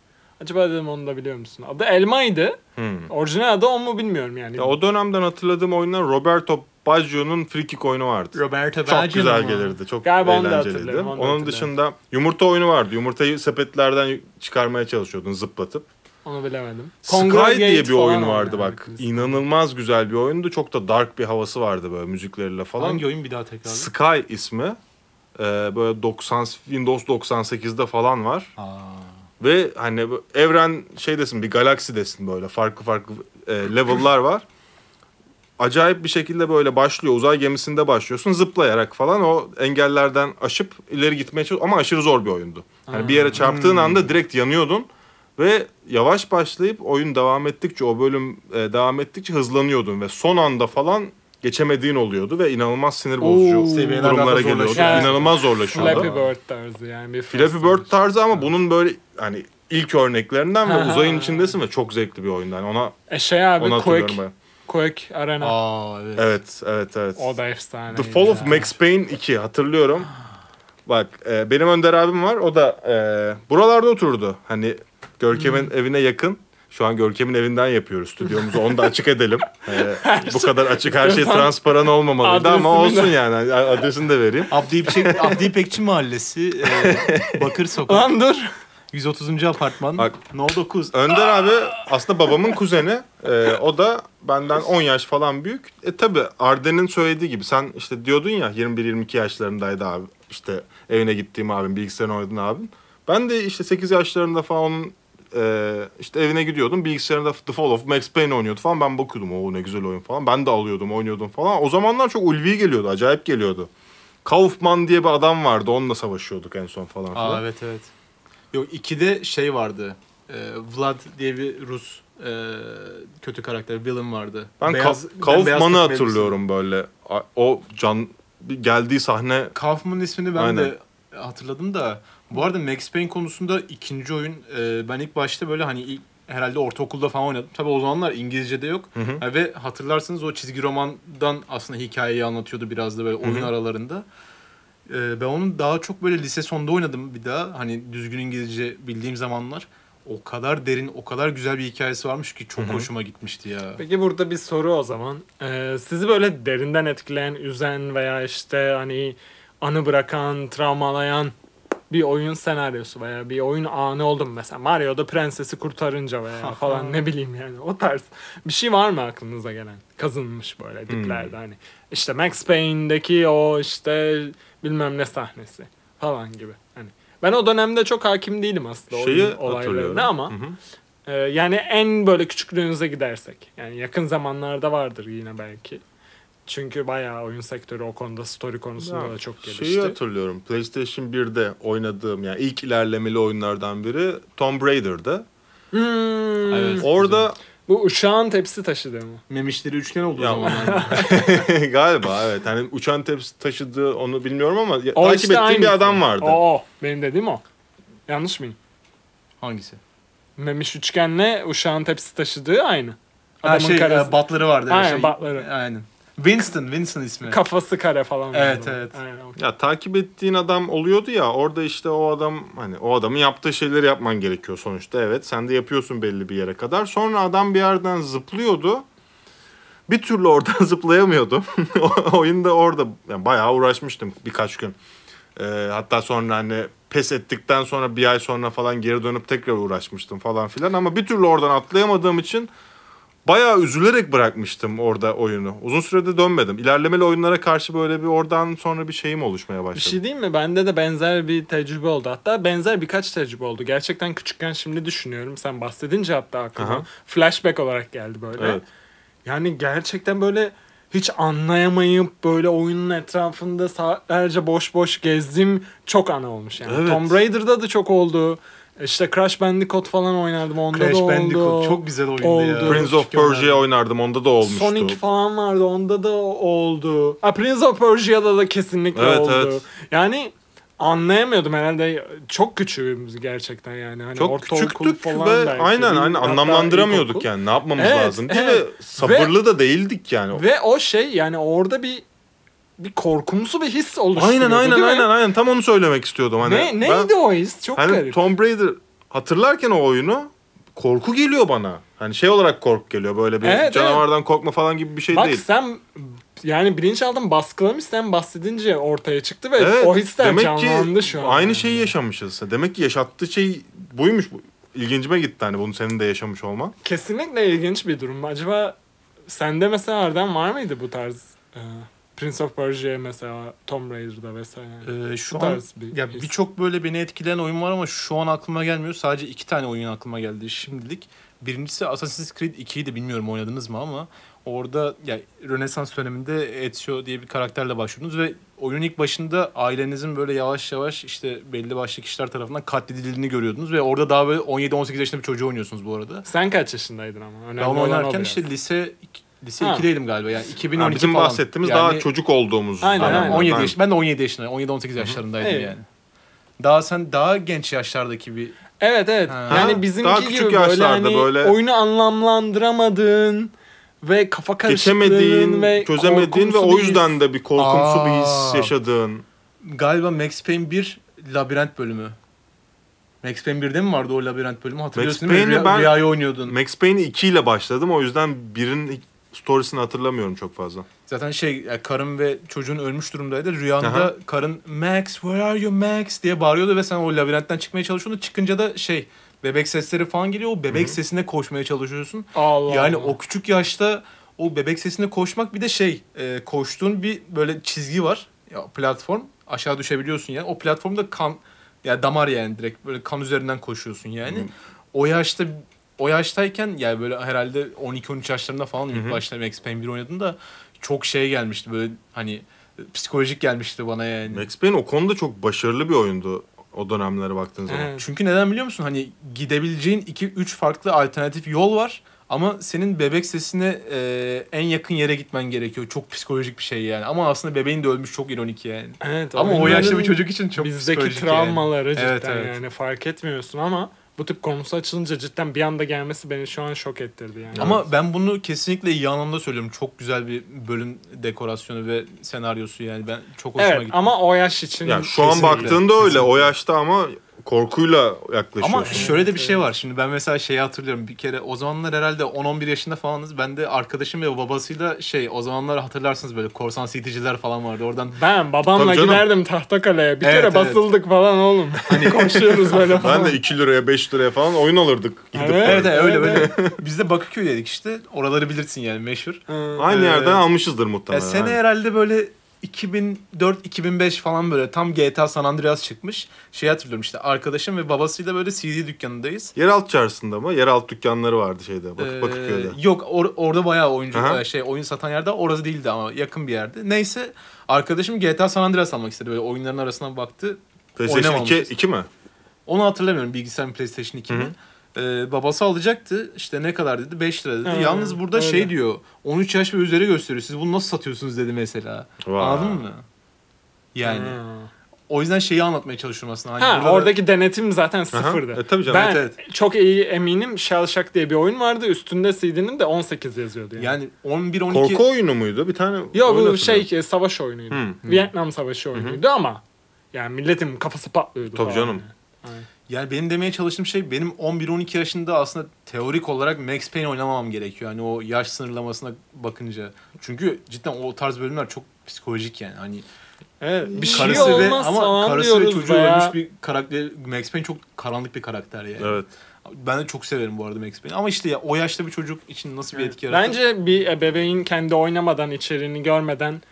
Speaker 1: Acaba dedim onu da biliyor musun? Adı Elma'ydı.
Speaker 2: Hmm.
Speaker 1: Orijinal adı o mu bilmiyorum yani.
Speaker 2: Ya o dönemden hatırladığım oyunlar Roberto Baggio'nun free kick oyunu vardı.
Speaker 3: Roberto
Speaker 2: Çok güzel gelirdi. Çok
Speaker 1: Galiba onu da
Speaker 2: eğlenceliydi.
Speaker 1: hatırlıyorum, onu da
Speaker 2: Onun
Speaker 1: hatırlıyorum.
Speaker 2: dışında yumurta oyunu vardı. Yumurtayı sepetlerden çıkarmaya çalışıyordun zıplatıp.
Speaker 1: Onu bilemedim.
Speaker 2: Sky diye bir
Speaker 1: falan
Speaker 2: oyun
Speaker 1: var
Speaker 2: vardı
Speaker 1: yani.
Speaker 2: bak. İnanılmaz güzel bir oyundu. Çok da dark bir havası vardı böyle müzikleriyle falan.
Speaker 3: Hangi oyun bir daha tekrar?
Speaker 2: Sky ismi. Ee, böyle 90 Windows 98'de falan var.
Speaker 3: Aa.
Speaker 2: Ve hani bu evren şey desin bir galaksi desin böyle farklı farklı e, level'lar var. Acayip bir şekilde böyle başlıyor. Uzay gemisinde başlıyorsun zıplayarak falan o engellerden aşıp ileri gitmeye çalış ama aşırı zor bir oyundu. Hani bir yere çarptığın anda direkt yanıyordun ve yavaş başlayıp oyun devam ettikçe o bölüm e, devam ettikçe hızlanıyordun ve son anda falan geçemediğin oluyordu ve inanılmaz sinir bozucu
Speaker 3: Oo. Seviyeler daha
Speaker 2: durumlara
Speaker 3: da
Speaker 2: geliyordu.
Speaker 1: zorlaşıyor.
Speaker 2: İnanılmaz zorlaşıyordu.
Speaker 1: Flappy Bird tarzı yani. Bir
Speaker 2: Flappy Bird tarzı ama bunun böyle hani ilk örneklerinden
Speaker 1: Ha,
Speaker 2: ve
Speaker 1: ha,
Speaker 2: uzayın
Speaker 1: ha.
Speaker 2: içindesin ve çok zevkli bir oyundan. Ona
Speaker 1: E şey abi
Speaker 2: ona hatırlıyorum
Speaker 1: Quake,
Speaker 2: ben.
Speaker 1: Quake Arena.
Speaker 3: Aa evet.
Speaker 2: Evet, evet, evet.
Speaker 1: O da efsane.
Speaker 2: The Fall of Max Payne 2 hatırlıyorum. Bak e, benim Önder abim var. O da e, buralarda oturdu. Hani Görkem'in
Speaker 1: Hmm.
Speaker 2: evine yakın. Şu an Görkem'in evinden yapıyoruz stüdyomuzu. Onu da
Speaker 1: (laughs)
Speaker 2: açık edelim. E, bu kadar açık her şey
Speaker 1: İstiyorsan
Speaker 2: transparan olmamalıydı ama
Speaker 1: adresini de-
Speaker 2: olsun yani. Adresini de vereyim.
Speaker 3: Abdi
Speaker 2: (laughs)
Speaker 3: İpek- Abdi İpekçi Mahallesi, e, Bakır Sokak,
Speaker 1: Lan dur.
Speaker 3: 130. apartman,
Speaker 2: Bak.
Speaker 3: No 9.
Speaker 2: Önder abi aslında babamın kuzeni. Ee, o da benden 10 yaş falan büyük. E tabi Arden'in söylediği gibi sen işte diyordun ya 21-22 yaşlarındaydı abi. İşte evine gittiğim abim, bilgisayarını oynadığın abim. Ben de işte 8 yaşlarında falan onun e, işte evine gidiyordum. Bilgisayarında The Fall of Max Payne oynuyordu falan. Ben bakıyordum o ne güzel oyun falan. Ben de alıyordum, oynuyordum falan. O zamanlar çok ulvi geliyordu, acayip geliyordu. Kaufman diye bir adam vardı. Onunla savaşıyorduk en son falan filan.
Speaker 3: Aa evet evet. Yok 2'de şey vardı. E, Vlad diye bir Rus e, kötü karakter, villain vardı.
Speaker 2: Ben
Speaker 3: Beyaz-
Speaker 2: Ka-
Speaker 3: bembeyaz
Speaker 2: Kaufman'ı
Speaker 3: takım
Speaker 2: hatırlıyorum böyle. A- O can bir geldiği sahne
Speaker 3: elbise. Kaufman'ın ismini ben
Speaker 2: Aynen.
Speaker 3: de hatırladım da. Bu arada Max Payne konusunda ikinci oyun e, ben ilk başta böyle hani ilk herhalde ortaokulda falan oynadım. Tabii o zamanlar İngilizce'de yok. Ha, Ve hatırlarsınız o çizgi romandan aslında hikayeyi anlatıyordu biraz da böyle oyun aralarında. Ee, ben onu daha çok böyle lise sonunda oynadım bir daha. Hani düzgün İngilizce bildiğim zamanlar. O kadar derin, o kadar güzel bir hikayesi varmış ki çok hoşuma gitmişti ya.
Speaker 1: Peki burada bir soru o zaman. Ee, sizi böyle derinden etkileyen, üzen veya işte hani anı bırakan, travmalayan bir oyun senaryosu veya bir oyun anı oldu mu? Mesela Mario'da prensesi kurtarınca veya falan ne bileyim yani o tarz. Bir şey var mı aklınıza gelen? Kazınmış
Speaker 2: Hmm.
Speaker 1: böyle diplerde hani. İşte Max Payne'deki o işte bilmem ne sahnesi falan gibi. Hani ben o dönemde çok hakim değilim aslında
Speaker 2: Şeyi
Speaker 1: oyun
Speaker 2: hatırlıyorum.
Speaker 1: olaylarına ama
Speaker 2: Hı hı.
Speaker 1: ee, yani en böyle küçüklüğünüze gidersek. Yani yakın zamanlarda vardır yine belki. Çünkü bayağı oyun sektörü o konuda story konusunda
Speaker 2: Ya, şey
Speaker 1: da çok gelişti.
Speaker 2: şeyi hatırlıyorum. PlayStation 1'de oynadığım yani ilk ilerlemeli oyunlardan biri Tomb Raider'dı.
Speaker 1: Hmm,
Speaker 3: Evet,
Speaker 2: Orada
Speaker 1: Bu uçağın tepsi taşıdı mı?
Speaker 3: Memişleri üçgen olduğu
Speaker 2: Ya- (laughs)
Speaker 3: zamanlar.
Speaker 2: galiba evet hani uçan tepsi taşıdığı onu bilmiyorum ama ya-
Speaker 1: O
Speaker 2: takip
Speaker 1: işte
Speaker 2: ettiğim
Speaker 1: aynısı.
Speaker 2: bir adam vardı.
Speaker 1: Oo, benim dediğim o. Yanlış mıyım?
Speaker 3: Hangisi?
Speaker 1: Memiş üçgenle uçağın tepsi taşıdığı aynı.
Speaker 3: Ha,
Speaker 1: Adamın
Speaker 3: şey,
Speaker 1: karesi.
Speaker 3: e, batları vardı.
Speaker 1: Aynen,
Speaker 3: şey-
Speaker 1: batları.
Speaker 3: Aynen. Winston, Winston ismi.
Speaker 1: Kafası kare falan. var
Speaker 3: Evet,
Speaker 1: adamın.
Speaker 3: evet.
Speaker 1: Aynen, okey.
Speaker 2: Ya takip ettiğin adam oluyordu ya orada işte o adam hani o adamın yaptığı şeyleri yapman gerekiyor sonuçta evet sen de yapıyorsun belli bir yere kadar. Sonra adam bir yerden zıplıyordu. Bir türlü oradan (laughs) zıplayamıyordum. O- Oyunda orada yani bayağı uğraşmıştım birkaç gün. Ee, hatta sonra hani pes ettikten sonra bir ay sonra falan geri dönüp tekrar uğraşmıştım falan filan ama bir türlü oradan atlayamadığım için bayağı üzülerek bırakmıştım orada oyunu. Uzun sürede dönmedim. İlerlemeli oyunlara karşı böyle bir oradan sonra bir şeyim oluşmaya başladı.
Speaker 1: Bir şey diyeyim mi? Bende de benzer bir tecrübe oldu. Hatta benzer birkaç tecrübe oldu. Gerçekten küçükken şimdi düşünüyorum. Sen bahsedince hatta aklıma
Speaker 2: Aha.
Speaker 1: flashback olarak geldi böyle.
Speaker 2: Evet.
Speaker 1: Yani gerçekten böyle hiç anlayamayıp böyle oyunun etrafında saatlerce boş boş gezdim çok ana olmuş yani.
Speaker 2: Evet.
Speaker 1: Tomb Raider'da da çok oldu. İşte Crash Bandicoot falan oynardım onda
Speaker 3: Crash
Speaker 1: da oldu.
Speaker 3: Bandicoot çok güzel oyundu
Speaker 1: Oldu.
Speaker 3: ya.
Speaker 2: Prince of
Speaker 1: Çünkü
Speaker 2: Persia oynardım. Onda da olmuştu.
Speaker 1: Sonic falan vardı onda da oldu. Ha, Prince of Persia'da da kesinlikle
Speaker 2: Evet,
Speaker 1: oldu.
Speaker 2: evet.
Speaker 1: Yani anlayamıyordum herhalde çok küçüğümüz gerçekten yani. Hani
Speaker 2: çok
Speaker 1: ortaokul
Speaker 2: küçüktük
Speaker 1: falan
Speaker 2: ve
Speaker 1: belki,
Speaker 2: aynen
Speaker 1: bilmiyorum.
Speaker 2: aynen
Speaker 1: Hatta
Speaker 2: anlamlandıramıyorduk
Speaker 1: ilkokul.
Speaker 2: yani. Ne yapmamız
Speaker 1: Evet,
Speaker 2: lazım diye
Speaker 1: evet.
Speaker 2: ve sabırlı da değildik yani.
Speaker 1: Ve o şey yani orada bir bir korkumsu bir his oluşturuyordu
Speaker 2: aynen aynen
Speaker 1: değil mi?
Speaker 2: aynen aynen tam onu söylemek istiyordum hani.
Speaker 1: ne,
Speaker 2: ben-
Speaker 1: neydi o his? Çok
Speaker 2: Hani
Speaker 1: garip.
Speaker 2: Tomb Raider hatırlarken o oyunu korku geliyor bana. Hani şey olarak korku geliyor böyle bir
Speaker 1: Evet, evet.
Speaker 2: canavardan korkma falan gibi bir şey
Speaker 1: Bak
Speaker 2: değil.
Speaker 1: sen yani bilinçaltın baskılamış sen bahsedince ortaya çıktı ve
Speaker 2: Evet,
Speaker 1: o hisler canlandı şu an.
Speaker 2: Aynı
Speaker 1: yani.
Speaker 2: şeyi yaşamışız. Demek ki yaşattığı şey buymuş. bu. ilgincime gitti hani bunu senin de yaşamış olman.
Speaker 1: Kesinlikle ilginç bir durum. Acaba sende mesela Erdem var mıydı bu tarz e, Prince of Persia mesela Tomb Raider'da vesaire?
Speaker 3: Ee, şu
Speaker 1: Bu
Speaker 3: an
Speaker 1: tarz bir
Speaker 3: ya
Speaker 1: his.
Speaker 3: birçok böyle beni etkileyen oyun var ama şu an aklıma gelmiyor. Sadece iki tane oyun aklıma geldi şimdilik. Birincisi Assassin's Creed 2'yi de bilmiyorum oynadınız mı ama orada ya Rönesans döneminde Ezio diye bir karakterle başlıyorsunuz ve oyunun ilk başında ailenizin böyle yavaş yavaş işte belli başlı kişiler tarafından katledildiğini görüyordunuz ve orada daha böyle 17-18 yaşında bir çocuğu oynuyorsunuz bu arada.
Speaker 1: Sen kaç yaşındaydın ama? Önemli
Speaker 3: Ben onu
Speaker 1: olan o
Speaker 3: oynarken
Speaker 1: biraz.
Speaker 3: işte lise lise
Speaker 1: Ha.
Speaker 3: 2'deydim galiba yani 2012
Speaker 2: Yani Hani bizim
Speaker 3: falan.
Speaker 2: bahsettiğimiz
Speaker 3: Yani-
Speaker 2: daha çocuk olduğumuz.
Speaker 1: Aynen,
Speaker 2: dönemler.
Speaker 1: aynen.
Speaker 3: 17 yaş, ben de 17 yaşındaydım. 17 18 yaşlarındaydım
Speaker 1: Evet.
Speaker 3: yani. Daha sen daha genç yaşlardaki bir
Speaker 1: Evet evet.
Speaker 3: Ha.
Speaker 2: Ha,
Speaker 1: Yani bizimki
Speaker 2: daha küçük
Speaker 1: gibi böyle,
Speaker 2: yaşlarda
Speaker 1: hani
Speaker 2: böyle-
Speaker 1: oyunu anlamlandıramadığın ve kafa karışıklığın
Speaker 2: Geçemediğin,
Speaker 1: ve
Speaker 2: çözemediğin ve o
Speaker 1: korkumsu bir
Speaker 2: yüzden de bir korkumsu bir his
Speaker 3: Aa.
Speaker 2: yaşadığın.
Speaker 3: galiba Max Payne 1 labirent bölümü. Max Payne 1'de mi vardı o labirent bölümü? Hatırlıyorsun değil mi?
Speaker 2: Payne'i
Speaker 3: Rüya,
Speaker 2: ben-
Speaker 3: Rüyayı oynuyordun.
Speaker 2: Max Payne 2 ile başladım o yüzden birin storiesini hatırlamıyorum çok fazla.
Speaker 3: Zaten şey yani karın ve çocuğun ölmüş durumdaydı. Rüyanda
Speaker 2: Aha.
Speaker 3: karın Max where are you Max diye bağırıyordu ve sen o labirentten çıkmaya çalışıyordun. Çıkınca da şey bebek sesleri falan geliyor. O bebek sesine koşmaya çalışıyorsun.
Speaker 1: Allah
Speaker 3: Yani
Speaker 1: Allah.
Speaker 3: o küçük yaşta o bebek sesinde koşmak bir de şey e, koştuğun bir böyle çizgi var. Ya platform aşağı düşebiliyorsun yani. O platformda kan ya damar yani direkt böyle kan üzerinden koşuyorsun yani.
Speaker 1: Hmm.
Speaker 3: O yaşta o yaştayken yani böyle herhalde 12 13 yaşlarında falan ilk başta Max Payne 1 oynadım da çok şey gelmişti böyle hani psikolojik gelmişti bana yani.
Speaker 2: Max Payne o konuda çok başarılı bir oyundu o dönemlere baktığın zaman.
Speaker 1: Evet.
Speaker 3: Çünkü neden biliyor musun? Hani gidebileceğin 2-3 farklı alternatif yol var. Ama senin bebek sesine e, en yakın yere gitmen gerekiyor. Çok psikolojik bir şey yani. Ama aslında bebeğin de ölmüş çok ironik yani.
Speaker 1: Evet,
Speaker 3: Ama o
Speaker 1: oyunların
Speaker 3: yaşta bir çocuk için çok
Speaker 1: bizdeki
Speaker 3: psikolojik
Speaker 1: travmaları
Speaker 3: yani.
Speaker 1: cidden
Speaker 3: Evet, evet.
Speaker 1: yani fark etmiyorsun ama bu tip konusu açılınca cidden bir anda gelmesi beni şu an şok ettirdi yani.
Speaker 3: Ama ben bunu kesinlikle iyi anlamda söylüyorum. Çok güzel bir bölüm dekorasyonu ve senaryosu yani. Ben çok hoşuma
Speaker 1: evet
Speaker 3: gitti.
Speaker 1: ama o yaş için
Speaker 2: Yani şu an
Speaker 3: Kesinlikle,
Speaker 2: baktığında öyle o yaşta ama korkuyla
Speaker 1: (laughs)
Speaker 2: yaklaşıyorsun.
Speaker 3: Ama şöyle de bir şey var. Şimdi ben mesela şeyi hatırlıyorum. Bir kere o zamanlar herhalde 10-11 yaşında falanız. Ben de arkadaşım ve babasıyla şey o zamanlar hatırlarsınız böyle korsan siticiler falan vardı. Oradan
Speaker 1: ben babamla
Speaker 2: Tabii canım.
Speaker 1: giderdim Tahtakale'ye. Bir
Speaker 3: Evet,
Speaker 1: kere
Speaker 3: evet.
Speaker 1: basıldık falan oğlum. Hani koşuyoruz böyle falan.
Speaker 2: ben de 2 liraya 5 liraya falan oyun alırdık. Gidip
Speaker 1: Evet.
Speaker 3: Evet, evet, öyle
Speaker 1: Evet,
Speaker 3: böyle. Biz de Bakırköy'deydik işte. Oraları bilirsin yani meşhur.
Speaker 1: Hı.
Speaker 2: Aynı
Speaker 3: Evet.
Speaker 2: yerden almışızdır muhtemelen.
Speaker 3: Ya sene
Speaker 2: Aynen.
Speaker 3: herhalde böyle 2004-2005 falan böyle tam GTA San Andreas çıkmış. Şey hatırlıyorum işte arkadaşım ve babasıyla böyle CD dükkanındayız.
Speaker 2: Yeraltı çarşısında mı? Yeraltı dükkanları vardı şeyde. Bak,
Speaker 3: Ee,
Speaker 2: Bakırköy'de.
Speaker 3: Yok or- orada bayağı oyuncu
Speaker 2: Aha.
Speaker 3: şey oyun satan yerde orası değildi ama yakın bir yerde. Neyse arkadaşım GTA San Andreas almak istedi böyle oyunların arasına baktı.
Speaker 2: PlayStation 2,
Speaker 3: oynamamışız.
Speaker 2: 2 mi?
Speaker 3: Onu hatırlamıyorum bilgisayarın PlayStation 2'ni. Ee, babası alacaktı. İşte ne kadar dedi? 5 lira dedi.
Speaker 1: Ha,
Speaker 3: Yalnız burada
Speaker 1: öyle.
Speaker 3: şey diyor. 13 yaş ve üzeri gösteriyor. Siz bunu nasıl satıyorsunuz dedi mesela.
Speaker 2: Vay.
Speaker 3: Anladın mı? Yani
Speaker 1: Hı.
Speaker 3: o yüzden şeyi anlatmaya çalışıyorum aslında. Hani
Speaker 1: Ha,
Speaker 3: burada-
Speaker 1: oradaki denetim zaten sıfırdı.
Speaker 2: E, tabii canım,
Speaker 1: ben
Speaker 3: evet,
Speaker 1: çok iyi eminim Shellshock diye bir oyun vardı. Üstünde CD'nin de 18 yazıyordu yani.
Speaker 3: yani 11 12
Speaker 2: Korku oyunu muydu? Bir tane
Speaker 1: Yok
Speaker 2: oyun
Speaker 1: bu şey e, savaş oyunuydu.
Speaker 2: Hı.
Speaker 1: Vietnam savaşı oyunuydu ama yani milletin kafası patlıyordu.
Speaker 2: Tabii
Speaker 1: falan
Speaker 2: canım.
Speaker 3: yani benim demeye çalıştığım şey benim 11 12 yaşında aslında teorik olarak Max Payne oynamamam gerekiyor. Hani o yaş sınırlamasına bakınca. Çünkü cidden o tarz bölümler çok psikolojik yani. Hani
Speaker 1: Evet, bir şey
Speaker 3: karısı ve
Speaker 1: olmaz
Speaker 3: ama
Speaker 1: falan
Speaker 3: karısı ve
Speaker 1: diyoruz
Speaker 3: çocuğu
Speaker 1: be ya.
Speaker 3: ölmüş bir karakter. Max Payne çok karanlık bir karakter yani.
Speaker 2: Evet.
Speaker 3: Ben de çok severim bu arada Max Payne'i. Ama işte ya o yaşta bir çocuk için nasıl bir etki yaratır?
Speaker 1: Bence bir ebeveyn kendi oynamadan içeriğini görmeden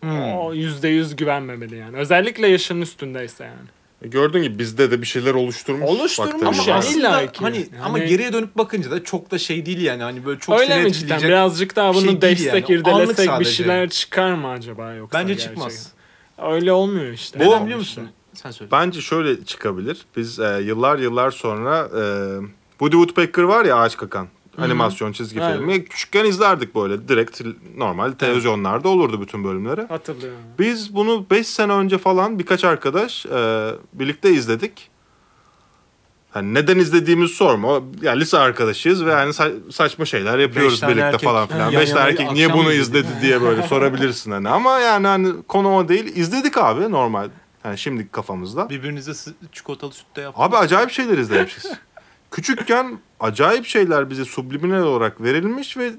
Speaker 3: Hmm.
Speaker 1: o yüzde yüz güvenmemeli yani. Özellikle yaşın üstündeyse yani.
Speaker 2: E, Gördüğün gibi bizde de bir şeyler oluşturmuş.
Speaker 1: Oluşturmuş
Speaker 2: baktığın
Speaker 3: ama
Speaker 1: yani.
Speaker 2: zaman.
Speaker 1: şey.
Speaker 3: aslında
Speaker 1: İlla ki.
Speaker 3: hani ama
Speaker 1: Yani-
Speaker 3: geriye dönüp bakınca da çok da şey değil yani hani böyle çok
Speaker 1: Öyle
Speaker 3: seni
Speaker 1: mi cidden?
Speaker 3: etkileyecek.
Speaker 1: Birazcık daha
Speaker 3: bir
Speaker 1: bunu
Speaker 3: şey değil
Speaker 1: deşsek,
Speaker 3: yani. O anlık
Speaker 1: irdelesek bir
Speaker 3: sadece.
Speaker 1: şeyler çıkar mı acaba yoksa?
Speaker 3: Bence
Speaker 1: gerçekten?
Speaker 3: çıkmaz.
Speaker 1: Öyle olmuyor işte.
Speaker 3: Bu
Speaker 1: Yani
Speaker 3: biliyor
Speaker 1: işte.
Speaker 3: musun? Sen söyle.
Speaker 2: Bence şöyle çıkabilir. Biz e, yıllar yıllar sonra e, Woody Woodpecker var ya ağaç kakan. Animasyon çizgi
Speaker 1: Evet.
Speaker 2: filmi. Küçükken izlerdik böyle. Direkt normal televizyonlarda olurdu bütün bölümleri.
Speaker 1: Hatırlıyorum.
Speaker 2: Biz bunu 5 sene önce falan birkaç arkadaş e, birlikte izledik. Hani neden izlediğimizi sorma. O- Yani lise arkadaşıyız ve yani sa- saçma şeyler yapıyoruz
Speaker 3: Beş tane
Speaker 2: birlikte
Speaker 3: erkek.
Speaker 2: falan filan.
Speaker 3: Yan
Speaker 2: 5 tane
Speaker 3: yana
Speaker 2: erkek niye
Speaker 3: akşam
Speaker 2: bunu
Speaker 3: izledik.
Speaker 2: izledi diye böyle sorabilirsin hani. Ama yani hani konu o değil. İzledik abi normal. Yani şimdiki kafamızda.
Speaker 3: Birbirinize sı- çikolatalı sütte yap.
Speaker 2: Abi acayip
Speaker 1: (laughs)
Speaker 2: şeyler izlemişiz. Küçükken acayip şeyler bize subliminal olarak verilmiş ve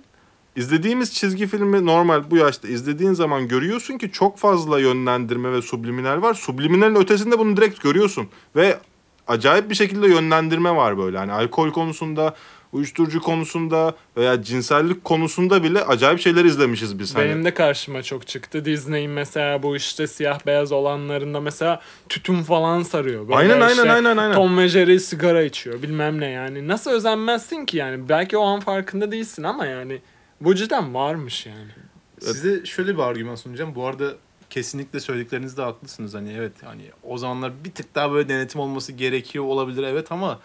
Speaker 2: izlediğimiz çizgi filmi normal bu yaşta izlediğin zaman görüyorsun ki çok fazla yönlendirme ve subliminal var. Subliminalin ötesinde bunu direkt görüyorsun ve acayip bir şekilde yönlendirme var böyle. Hani alkol konusunda, uyuşturucu konusunda veya cinsellik konusunda bile acayip şeyler izlemişiz biz. hani.
Speaker 1: Benim de karşıma çok çıktı. Disney'in mesela bu işte siyah beyaz olanlarında mesela tütün falan sarıyor. Böyle
Speaker 2: Aynen, aynen,
Speaker 1: işte
Speaker 2: aynen, aynen.
Speaker 1: Tom ve Jerry sigara içiyor bilmem ne yani. Nasıl özenmezsin ki yani? Belki o an farkında değilsin ama yani bu cidden varmış yani.
Speaker 3: Size şöyle bir argüman sunacağım. Bu arada kesinlikle söylediklerinizde haklısınız. Hani evet hani o zamanlar bir tık daha böyle denetim olması gerekiyor olabilir evet ama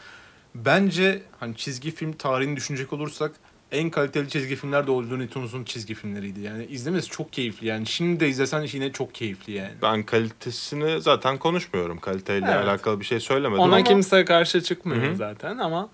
Speaker 3: bence hani çizgi film tarihini düşünecek olursak en kaliteli çizgi filmler de Looney Tunes'un çizgi filmleriydi. Yani izlemesi çok keyifli yani. Şimdi de izlesen yine çok keyifli yani.
Speaker 2: Ben kalitesini zaten konuşmuyorum. Kaliteyle
Speaker 1: Evet.
Speaker 2: alakalı bir şey söylemedim
Speaker 1: Ona
Speaker 2: ama
Speaker 1: kimse karşı çıkmıyor
Speaker 2: Hı hı.
Speaker 1: zaten ama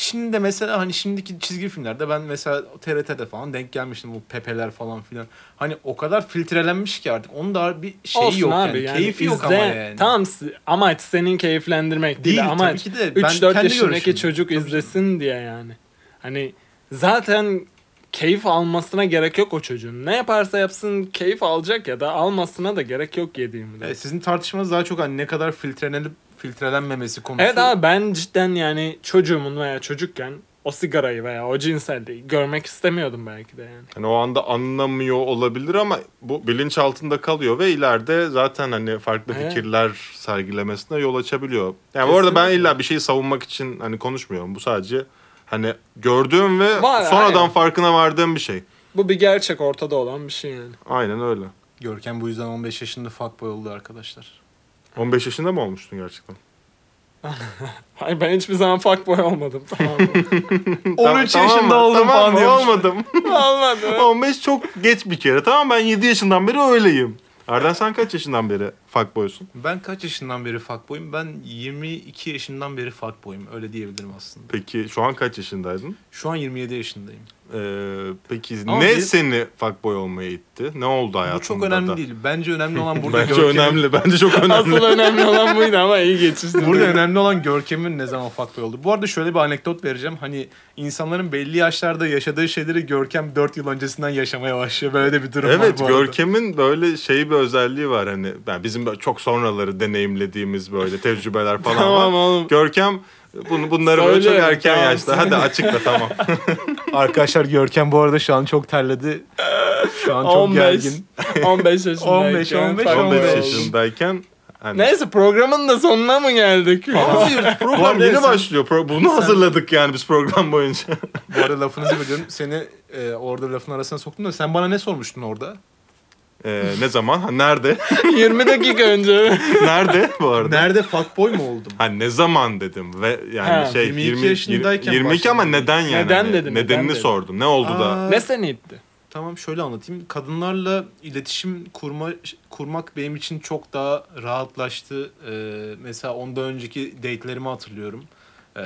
Speaker 3: Şimdi de mesela hani şimdiki çizgi filmlerde ben mesela TRT'de falan denk gelmiştim bu Pepe'ler falan filan. Hani o kadar filtrelenmiş ki artık onun da bir şeyi
Speaker 1: Olsun
Speaker 3: Şey yok
Speaker 1: abi
Speaker 3: yani. Keyfi yok ama
Speaker 1: izle.
Speaker 3: yani.
Speaker 1: Tamam si- amaç senin keyiflendirmek değil,
Speaker 3: Değil,
Speaker 1: ama amaç
Speaker 3: tabii ki de. Ben
Speaker 1: 3-4
Speaker 3: kendi
Speaker 1: yaşındaki
Speaker 3: görüşüm.
Speaker 1: çocuk
Speaker 3: Tabii
Speaker 1: izlesin diye yani. Hani zaten keyif almasına gerek yok o çocuğun. Ne yaparsa yapsın keyif alacak ya da almasına da gerek yok yediğimde.
Speaker 3: Evet,
Speaker 1: Evet,
Speaker 3: E, sizin tartışmanız daha çok hani ne kadar filtrelenip filtrelenmemesi konusu.
Speaker 1: abi ben cidden yani çocuğumun veya çocukken o sigarayı veya o cinselliği görmek istemiyordum belki de yani.
Speaker 2: hani o anda anlamıyor olabilir ama bu bilinç altında kalıyor ve ileride zaten hani farklı
Speaker 1: Evet.
Speaker 2: fikirler sergilemesine yol açabiliyor. Yani bu arada ben
Speaker 1: Kesinlikle.
Speaker 2: illa bir şeyi savunmak için hani konuşmuyorum. Bu sadece hani gördüğüm ve
Speaker 1: Var,
Speaker 2: sonradan
Speaker 1: aynen.
Speaker 2: farkına vardığım bir şey.
Speaker 1: Bu bir gerçek ortada olan bir şey yani.
Speaker 2: Aynen öyle.
Speaker 3: Görkem bu yüzden 15 yaşında fuckboy oldu arkadaşlar.
Speaker 2: 15 yaşında mı olmuştun gerçekten?
Speaker 1: Hayır ben hiçbir zaman fuckboy olmadım tamam
Speaker 3: (laughs)
Speaker 1: mı?
Speaker 3: 13
Speaker 2: Tamam-
Speaker 3: yaşında
Speaker 2: tamam mı?
Speaker 3: oldum
Speaker 2: Tamam
Speaker 3: falan
Speaker 2: mı?
Speaker 3: diyormuş. (laughs)
Speaker 2: Olmadım.
Speaker 1: Olmadı.
Speaker 2: 15 çok geç bir kere. Tamam ben 7 yaşından beri öyleyim. Arden sen kaç yaşından beri fuckboysun?
Speaker 3: Ben kaç yaşından beri fuckboyum? Ben 22 yaşından beri fuckboyum. Öyle diyebilirim aslında.
Speaker 2: Peki şu an kaç yaşındaydın?
Speaker 3: Şu an 27 yaşındayım.
Speaker 2: Ee, peki
Speaker 3: Ama
Speaker 2: ne
Speaker 3: bir-
Speaker 2: seni fuckboy olmaya itti? Ne oldu hayatında
Speaker 3: Bu çok önemli
Speaker 2: da?
Speaker 3: değil. Bence
Speaker 2: (laughs)
Speaker 3: önemli olan burada
Speaker 2: Bence
Speaker 3: Görkem'in-
Speaker 2: önemli. Bence çok
Speaker 3: (laughs)
Speaker 2: önemli.
Speaker 1: Asıl önemli olan buydu ama iyi geçişti.
Speaker 3: Burada önemli olan Görkem'in ne zaman fuckboy oldu. Bu arada şöyle bir anekdot vereceğim. Hani insanların belli yaşlarda yaşadığı şeyleri Görkem 4 yıl öncesinden yaşamaya başlıyor. Böyle de bir durum var
Speaker 2: Evet
Speaker 3: bu arada.
Speaker 2: Görkem'in böyle şey bir özelliği var hani yani bizim böyle çok sonraları deneyimlediğimiz böyle tecrübeler falan
Speaker 1: Tamam
Speaker 2: var.
Speaker 1: oğlum.
Speaker 2: Görkem bunu bunları böyle çok
Speaker 1: Söylüyorum,
Speaker 2: erken
Speaker 1: tamam,
Speaker 2: yaşta. Hadi açıkla
Speaker 3: (laughs)
Speaker 2: tamam.
Speaker 3: Arkadaşlar Görkem bu arada şu an çok terledi. Şu an çok
Speaker 1: 15,
Speaker 3: gergin.
Speaker 1: 15 yaşındayken.
Speaker 3: 15, 15
Speaker 1: fuckboy
Speaker 2: 15
Speaker 1: oldum.
Speaker 2: yaşındayken hani
Speaker 1: Neyse programın da sonuna mı geldik? (laughs)
Speaker 2: Hayır program
Speaker 3: arada
Speaker 2: yeni
Speaker 3: sen-
Speaker 2: başlıyor. Pro- bunu hazırladık yani biz program boyunca. (laughs)
Speaker 3: Bu arada lafınızı biliyorum. Seni e, orada lafın arasına soktum da sen bana ne sormuştun orada?
Speaker 2: Ee, ne zaman? Ha, nerede? (laughs)
Speaker 1: 20 dakika önce.
Speaker 2: nerede bu arada?
Speaker 3: Nerede fuckboy mu oldum?
Speaker 2: Ha ne zaman dedim ve yani
Speaker 1: Ha,
Speaker 2: şey
Speaker 3: 22
Speaker 2: 20
Speaker 3: yaşındayken
Speaker 2: 22 ama
Speaker 3: başladım.
Speaker 2: neden yani?
Speaker 1: Neden
Speaker 2: Hani
Speaker 1: dedim, neden
Speaker 2: Nedenini
Speaker 1: dedim.
Speaker 2: sordum. Ne oldu da?
Speaker 3: Aa.
Speaker 1: ne seni itti?
Speaker 3: Tamam şöyle anlatayım. Kadınlarla iletişim kurma kurmak benim için çok daha rahatlaştı. Ee, mesela ondan önceki date'lerimi hatırlıyorum. Ee,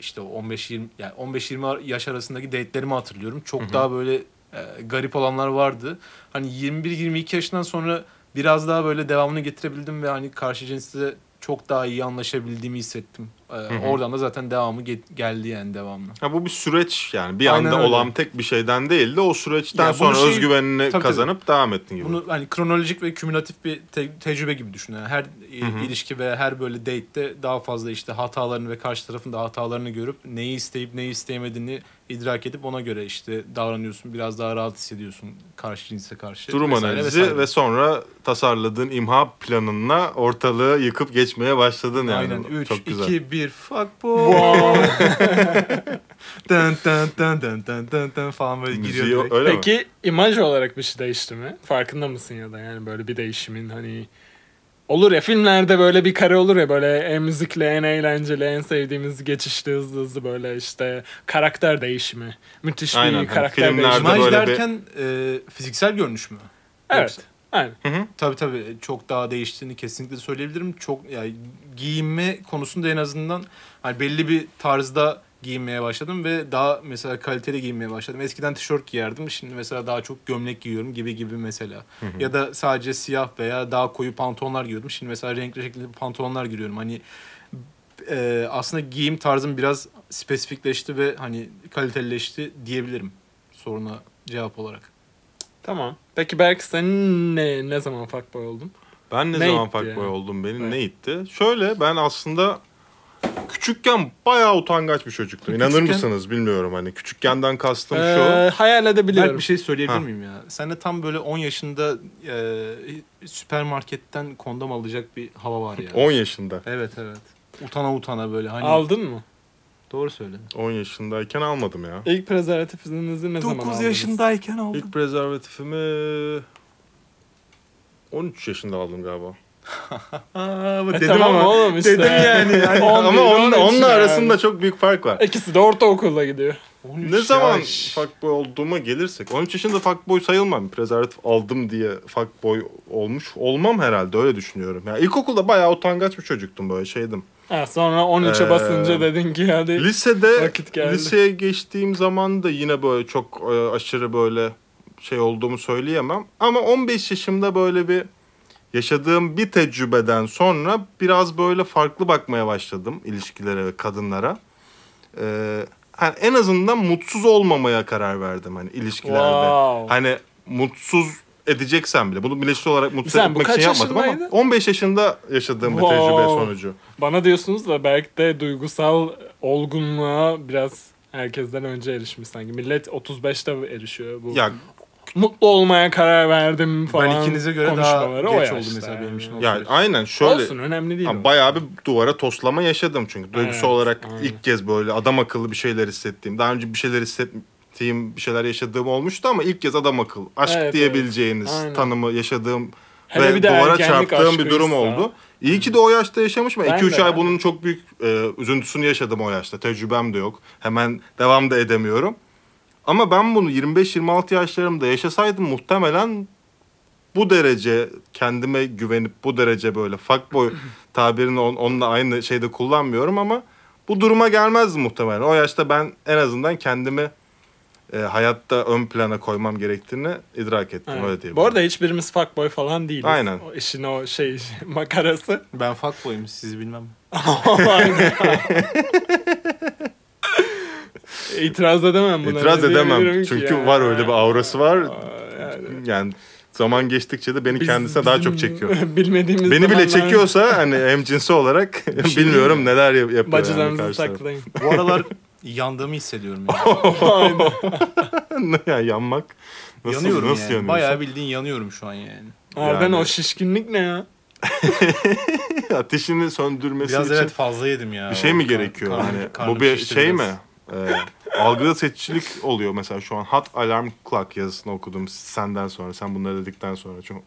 Speaker 3: işte o 15-20 yani 15-20 yaş arasındaki date'lerimi hatırlıyorum. Çok daha böyle e, garip olanlar vardı. Hani 21-22 yaşından sonra biraz daha böyle devamını getirebildim ve hani karşı cinsle çok daha iyi anlaşabildiğimi hissettim. Ee, Oradan da zaten devamı ge- geldi yani devamlı.
Speaker 2: Ha, bu bir süreç yani bir
Speaker 3: Aynen
Speaker 2: anda
Speaker 3: öyle.
Speaker 2: olan tek bir şeyden değil de o süreçten
Speaker 3: Ya bunu
Speaker 2: sonra
Speaker 3: şey-
Speaker 2: özgüvenini
Speaker 3: Tabii, tabii.
Speaker 2: kazanıp devam ettin gibi.
Speaker 3: Bunu hani kronolojik ve kümülatif bir te- tecrübe gibi düşün. Yani her e, ilişki ve her böyle date'te daha fazla işte hatalarını ve karşı tarafın da hatalarını görüp neyi isteyip neyi isteyemediğini idrak edip ona göre işte davranıyorsun. Biraz daha rahat hissediyorsun karşı cinse karşı.
Speaker 2: Durum
Speaker 3: vesaire
Speaker 2: analizi
Speaker 3: vesaire.
Speaker 2: ve sonra tasarladığın imha planınla ortalığı yıkıp geçmeye başladın yani.
Speaker 3: Aynen 3
Speaker 2: Çok güzel.
Speaker 3: 2 1 fuck boy. dın dın dın dın dın dın dın falan böyle
Speaker 2: Müziği
Speaker 3: giriyor. direkt.
Speaker 2: öyle mi?
Speaker 1: Peki imaj olarak bir şey değişti mi? Farkında mısın ya da yani böyle bir değişimin hani olur ya filmlerde böyle bir kare olur ya böyle en müzikli, en eğlenceli, en sevdiğimiz geçişli hızlı hızlı böyle işte karakter değişimi. Müthiş
Speaker 2: Aynen, hani
Speaker 1: bir karakter
Speaker 2: filmlerde
Speaker 1: değişimi.
Speaker 3: İmaj
Speaker 2: böyle bir- şey.
Speaker 3: derken e, fiziksel görünüş mü?
Speaker 1: Evet. Aynen.
Speaker 3: Tabii tabii çok daha değiştiğini kesinlikle söyleyebilirim. Çok yani giyinme konusunda en azından hani belli bir tarzda giyinmeye başladım ve daha mesela kaliteli giyinmeye başladım. Eskiden tişört giyerdim. Şimdi mesela daha çok gömlek giyiyorum gibi gibi mesela. ya da sadece siyah veya daha koyu pantolonlar giyiyordum. Şimdi mesela renkli renkli pantolonlar giriyorum. Hani e, aslında giyim tarzım biraz spesifikleşti ve hani kalitelileşti diyebilirim soruna cevap olarak.
Speaker 1: Tamam. Peki Berk sen ne, ne zaman fuckboy oldun?
Speaker 2: Ben ne,
Speaker 1: Ne
Speaker 2: zaman
Speaker 1: itti
Speaker 2: fuckboy
Speaker 1: yani?
Speaker 2: oldum? Beni
Speaker 1: Evet.
Speaker 2: ne itti? Şöyle ben aslında küçükken bayağı utangaç bir çocuktum. İnanır
Speaker 3: Küçükken-
Speaker 2: mısınız bilmiyorum hani. Küçükkenden kastım
Speaker 1: Ee, hayal
Speaker 3: Mert
Speaker 1: edebiliyorum.
Speaker 3: bir şey söyleyebilir
Speaker 2: Ha.
Speaker 3: miyim ya? Sen de tam böyle 10 yaşında e, süpermarketten kondom alacak bir hava var ya.
Speaker 2: şu. 10 yaşında.
Speaker 3: Evet evet. Utana utana böyle hani.
Speaker 1: Aldın mı?
Speaker 3: Doğru söyle.
Speaker 2: 10 yaşındayken almadım ya.
Speaker 1: İlk prezervatifinizi ne zaman aldınız?
Speaker 3: aldım.
Speaker 2: İlk prezervatifimi 13 yaşında aldım galiba.
Speaker 3: Aa, bu
Speaker 1: E
Speaker 3: dedim
Speaker 1: tamam
Speaker 3: ama.
Speaker 1: oğlum işte.
Speaker 2: Dedim yani.
Speaker 1: (laughs)
Speaker 2: yani.
Speaker 1: On
Speaker 2: Ama
Speaker 1: değil, on
Speaker 2: onun,
Speaker 1: üç
Speaker 2: onunla
Speaker 1: yani.
Speaker 2: arasında çok büyük fark var.
Speaker 1: İkisi de ortaokulda gidiyor.
Speaker 3: 13
Speaker 2: Ne zaman
Speaker 3: yaş.
Speaker 2: fuckboy olduğuma gelirsek. 13 yaşında fuckboy sayılmam. Prezervatif aldım diye fuckboy olmuş olmam herhalde öyle düşünüyorum. Ya ilkokulda bayağı utangaç bir çocuktum böyle şeydim.
Speaker 1: Ha, sonra 13'e
Speaker 2: Ee,
Speaker 1: basınca dedin ki hadi.
Speaker 2: Lisede
Speaker 1: Vakit geldi.
Speaker 2: liseye geçtiğim zaman da yine böyle çok e, aşırı böyle şey olduğumu söyleyemem. Ama 15 yaşımda böyle bir yaşadığım bir tecrübeden sonra biraz böyle farklı bakmaya başladım ilişkilere ve kadınlara. Ee, hani en azından mutsuz olmamaya karar verdim hani ilişkilerde.
Speaker 1: Wow.
Speaker 2: Hani mutsuz edeceksen bile bunu bileşik olarak mutsuz
Speaker 1: Sen bu
Speaker 2: etmek
Speaker 1: kaç
Speaker 2: için yapmadım ama
Speaker 1: yaşındaydın?
Speaker 2: 15 yaşında yaşadığım bir
Speaker 1: Wow.
Speaker 2: tecrübe sonucu.
Speaker 1: Bana diyorsunuz da belki de duygusal olgunluğa biraz herkesten önce erişmiş sanki. Millet 35'te erişiyor bu.
Speaker 2: Ya
Speaker 1: Mutlu olmaya karar verdim falan.
Speaker 3: Ben ikinize göre daha
Speaker 1: konuşmaları
Speaker 3: geç
Speaker 1: o
Speaker 3: oldu
Speaker 1: yaşta
Speaker 3: mesela benim için. o
Speaker 2: ya
Speaker 3: süreç.
Speaker 2: aynen şöyle
Speaker 1: Olsun önemli değil.
Speaker 2: Ha,
Speaker 1: o.
Speaker 2: bayağı bir duvara toslama yaşadım çünkü. Duygusal
Speaker 1: Evet,
Speaker 2: olarak
Speaker 1: aynen.
Speaker 2: ilk kez böyle adam akıllı bir şeyler hissettiğim. Daha önce bir şeyler hissettiğim, bir şeyler yaşadığım olmuştu ama ilk kez adam akıl, aşk
Speaker 1: Evet,
Speaker 2: diyebileceğiniz
Speaker 1: evet. Aynen.
Speaker 2: tanımı yaşadığım
Speaker 1: Hele
Speaker 2: ve
Speaker 1: bir de
Speaker 2: duvara
Speaker 1: ergenlik
Speaker 2: çarptığım bir
Speaker 1: aşkıysa.
Speaker 2: durum oldu. İyi ki de o yaşta yaşamışım.
Speaker 1: Ben
Speaker 2: 2-3
Speaker 1: de,
Speaker 2: ay
Speaker 1: ben
Speaker 2: bunun çok büyük e, üzüntüsünü yaşadım o yaşta. Tecrübem de yok. Hemen devam da edemiyorum. Ama ben bunu 25-26 yaşlarımda yaşasaydım muhtemelen bu derece kendime güvenip bu derece
Speaker 1: (laughs)
Speaker 2: böyle fuckboy tabirini on- onunla aynı şeyde kullanmıyorum ama bu duruma gelmezdi muhtemelen. O yaşta ben en azından kendimi e, hayatta ön plana koymam gerektiğini idrak ettim.
Speaker 1: Aynen.
Speaker 2: Öyle diyeyim.
Speaker 1: Bu arada hiçbirimiz fuckboy falan değiliz.
Speaker 2: Aynen.
Speaker 1: O işin o şey (laughs)
Speaker 2: (laughs)
Speaker 1: makarası. (laughs)
Speaker 3: Ben fuckboyum sizi bilmem.
Speaker 1: İtiraz edemem buna.
Speaker 2: İtiraz
Speaker 1: Ne diyebilirim
Speaker 2: edemem.
Speaker 1: ki
Speaker 2: Çünkü
Speaker 1: ya?
Speaker 2: var öyle bir aurası var.
Speaker 1: Aa, yani
Speaker 2: Yani zaman geçtikçe de beni
Speaker 1: biz-
Speaker 2: kendisine daha çok
Speaker 1: bizim (laughs)
Speaker 2: çekiyor.
Speaker 1: Bilmediğimiz
Speaker 2: Beni bile
Speaker 1: zamanlar- (laughs)
Speaker 2: çekiyorsa hani hem cinsi olarak
Speaker 3: diyeyim
Speaker 2: (laughs) bilmiyorum neler yap- yapıyor. yani
Speaker 1: Bacılarınızı
Speaker 2: karşı taraf.
Speaker 1: saklayın.
Speaker 3: Bu aralar yandığımı hissediyorum. Yani.
Speaker 1: Aynen.
Speaker 2: (laughs) ya yanmak. (laughs) Nasıl,
Speaker 3: yanıyorum
Speaker 2: nasıl
Speaker 3: yani.
Speaker 2: yanıyorsun?
Speaker 3: Bayağı bildiğin yanıyorum şu an yani.
Speaker 1: Harbiden
Speaker 2: Yani-
Speaker 1: o şişkinlik ne ya?
Speaker 2: ateşini söndürmesi
Speaker 3: Biraz
Speaker 2: için
Speaker 3: evet fazla yedim ya.
Speaker 2: bir şey mi
Speaker 3: O
Speaker 2: gerekiyor?
Speaker 3: karn-
Speaker 2: hani
Speaker 3: karnım
Speaker 2: bu bir
Speaker 3: şişti
Speaker 2: şey
Speaker 3: biraz.
Speaker 2: mi? Ee, algıda seçicilik oluyor mesela şu an Hot Alarm Clock yazısını okudum senden sonra. Sen bunları dedikten sonra. Çünkü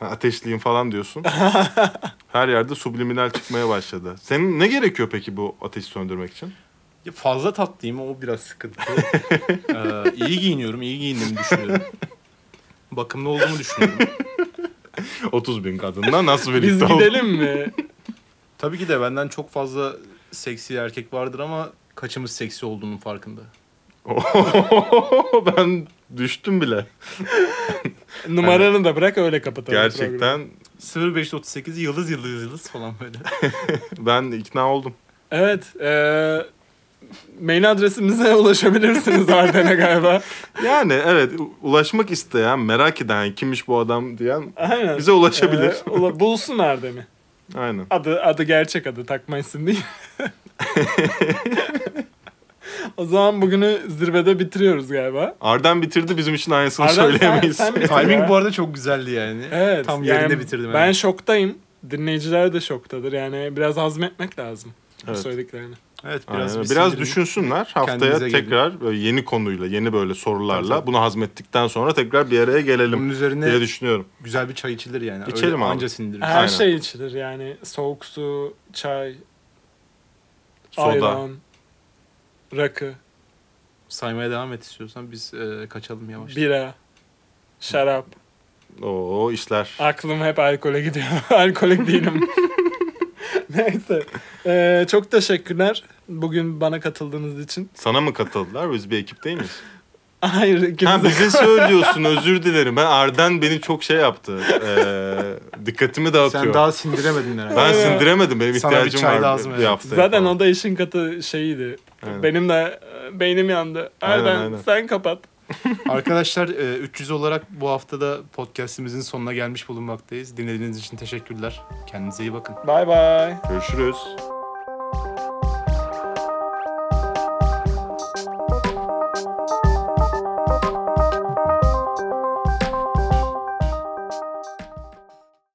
Speaker 2: ha, ateşliyim falan diyorsun.
Speaker 3: (laughs)
Speaker 2: Her yerde subliminal çıkmaya başladı. Senin ne gerekiyor peki bu ateşi söndürmek için?
Speaker 3: (laughs) Ya fazla tatlıyım o biraz sıkıntı. (laughs) ee, iyi giyiniyorum, iyi giyindiğimi düşünüyorum. Bakımlı olduğumu düşünüyorum.
Speaker 2: 30 bin kadınla (laughs) nasıl birlikte
Speaker 1: Biz
Speaker 2: oldun?
Speaker 1: gidelim mi?
Speaker 3: Tabii ki de benden çok fazla seksi erkek vardır ama kaçımız seksi olduğunun farkında.
Speaker 2: ben düştüm bile.
Speaker 1: Numaranı da bırak öyle kapatalım. programı.
Speaker 2: Gerçekten
Speaker 3: 0538 yıldız yıldız yıldız falan böyle.
Speaker 2: ben ikna oldum.
Speaker 1: Evet. eee mail adresimize (laughs) ulaşabilirsiniz Arden'e galiba.
Speaker 2: Yani evet u- ulaşmak isteyen, merak eden, kimmiş bu adam diyen
Speaker 1: Aynen.
Speaker 2: bize ulaşabilir.
Speaker 1: Eee, E, ula- bulsun Arden'i.
Speaker 2: Aynen.
Speaker 1: Adı adı gerçek adı takma isim değil.
Speaker 2: (laughs)
Speaker 1: o zaman bugünü zirvede bitiriyoruz galiba.
Speaker 2: Arden bitirdi bizim için aynısını
Speaker 1: Arden, sen-
Speaker 2: söyleyemeyiz.
Speaker 1: sen bitir ya.
Speaker 3: Timing bu arada çok güzeldi yani.
Speaker 1: Evet.
Speaker 3: Tam
Speaker 1: yani
Speaker 3: yerinde bitirdim.
Speaker 1: Ben
Speaker 3: evet.
Speaker 1: şoktayım. Dinleyiciler de şoktadır. Yani biraz hazmetmek lazım bu
Speaker 2: Evet.
Speaker 1: söylediklerini.
Speaker 3: Evet
Speaker 2: (laughs) Aynen.
Speaker 3: biraz
Speaker 2: Biraz,
Speaker 3: bir sindirin.
Speaker 2: düşünsünler. Haftaya
Speaker 3: Kendinize gelin.
Speaker 2: tekrar böyle yeni konuyla, yeni böyle sorularla
Speaker 3: Tabii, tabii.
Speaker 2: bunu hazmettikten sonra tekrar bir araya
Speaker 3: Bunun
Speaker 2: gelelim
Speaker 3: üzerine
Speaker 2: diye düşünüyorum.
Speaker 3: güzel bir çay içilir yani.
Speaker 2: İçelim
Speaker 3: Öyle
Speaker 2: abi.
Speaker 3: Anca sindirir.
Speaker 1: Her
Speaker 2: Aynen.
Speaker 1: şey içilir yani. Soğuk su, çay,
Speaker 2: Soda.
Speaker 1: ayran, rakı,
Speaker 3: Saymaya devam et istiyorsan biz e, kaçalım yavaş.
Speaker 1: bira, şarap.
Speaker 2: Oo işler.
Speaker 1: Aklım hep alkole gidiyor. (laughs) Alkolik değilim. (laughs) Neyse. Ee, çok teşekkürler. Bugün bana katıldığınız için. (laughs)
Speaker 2: Sana mı katıldılar? Biz bir ekip değil
Speaker 3: (laughs)
Speaker 2: miyiz?
Speaker 1: Hayır ikimiz
Speaker 2: ha
Speaker 1: de-
Speaker 2: bizi söylüyorsun özür dilerim. Ben Arden beni çok şey yaptı. Ee, dikkatimi dağıtıyor.
Speaker 3: Sen daha sindiremedin herhalde.
Speaker 2: Ben
Speaker 1: Evet.
Speaker 2: sindiremedim. Benim
Speaker 3: Sana bir
Speaker 2: ihtiyacım
Speaker 3: çay
Speaker 2: var
Speaker 3: lazım,
Speaker 2: bir
Speaker 3: evet.
Speaker 2: haftaya
Speaker 1: Zaten
Speaker 2: falan.
Speaker 1: o da işin katı şeyiydi.
Speaker 2: Aynen.
Speaker 1: Benim de e, beynim yandı.
Speaker 2: Aynen,
Speaker 1: Erden
Speaker 2: aynen.
Speaker 1: sen kapat.
Speaker 3: Arkadaşlar e, 300 olarak bu haftada podcastimizin sonuna gelmiş bulunmaktayız. Dinlediğiniz için teşekkürler. Kendinize iyi bakın.
Speaker 1: Bay bay.
Speaker 2: Görüşürüz.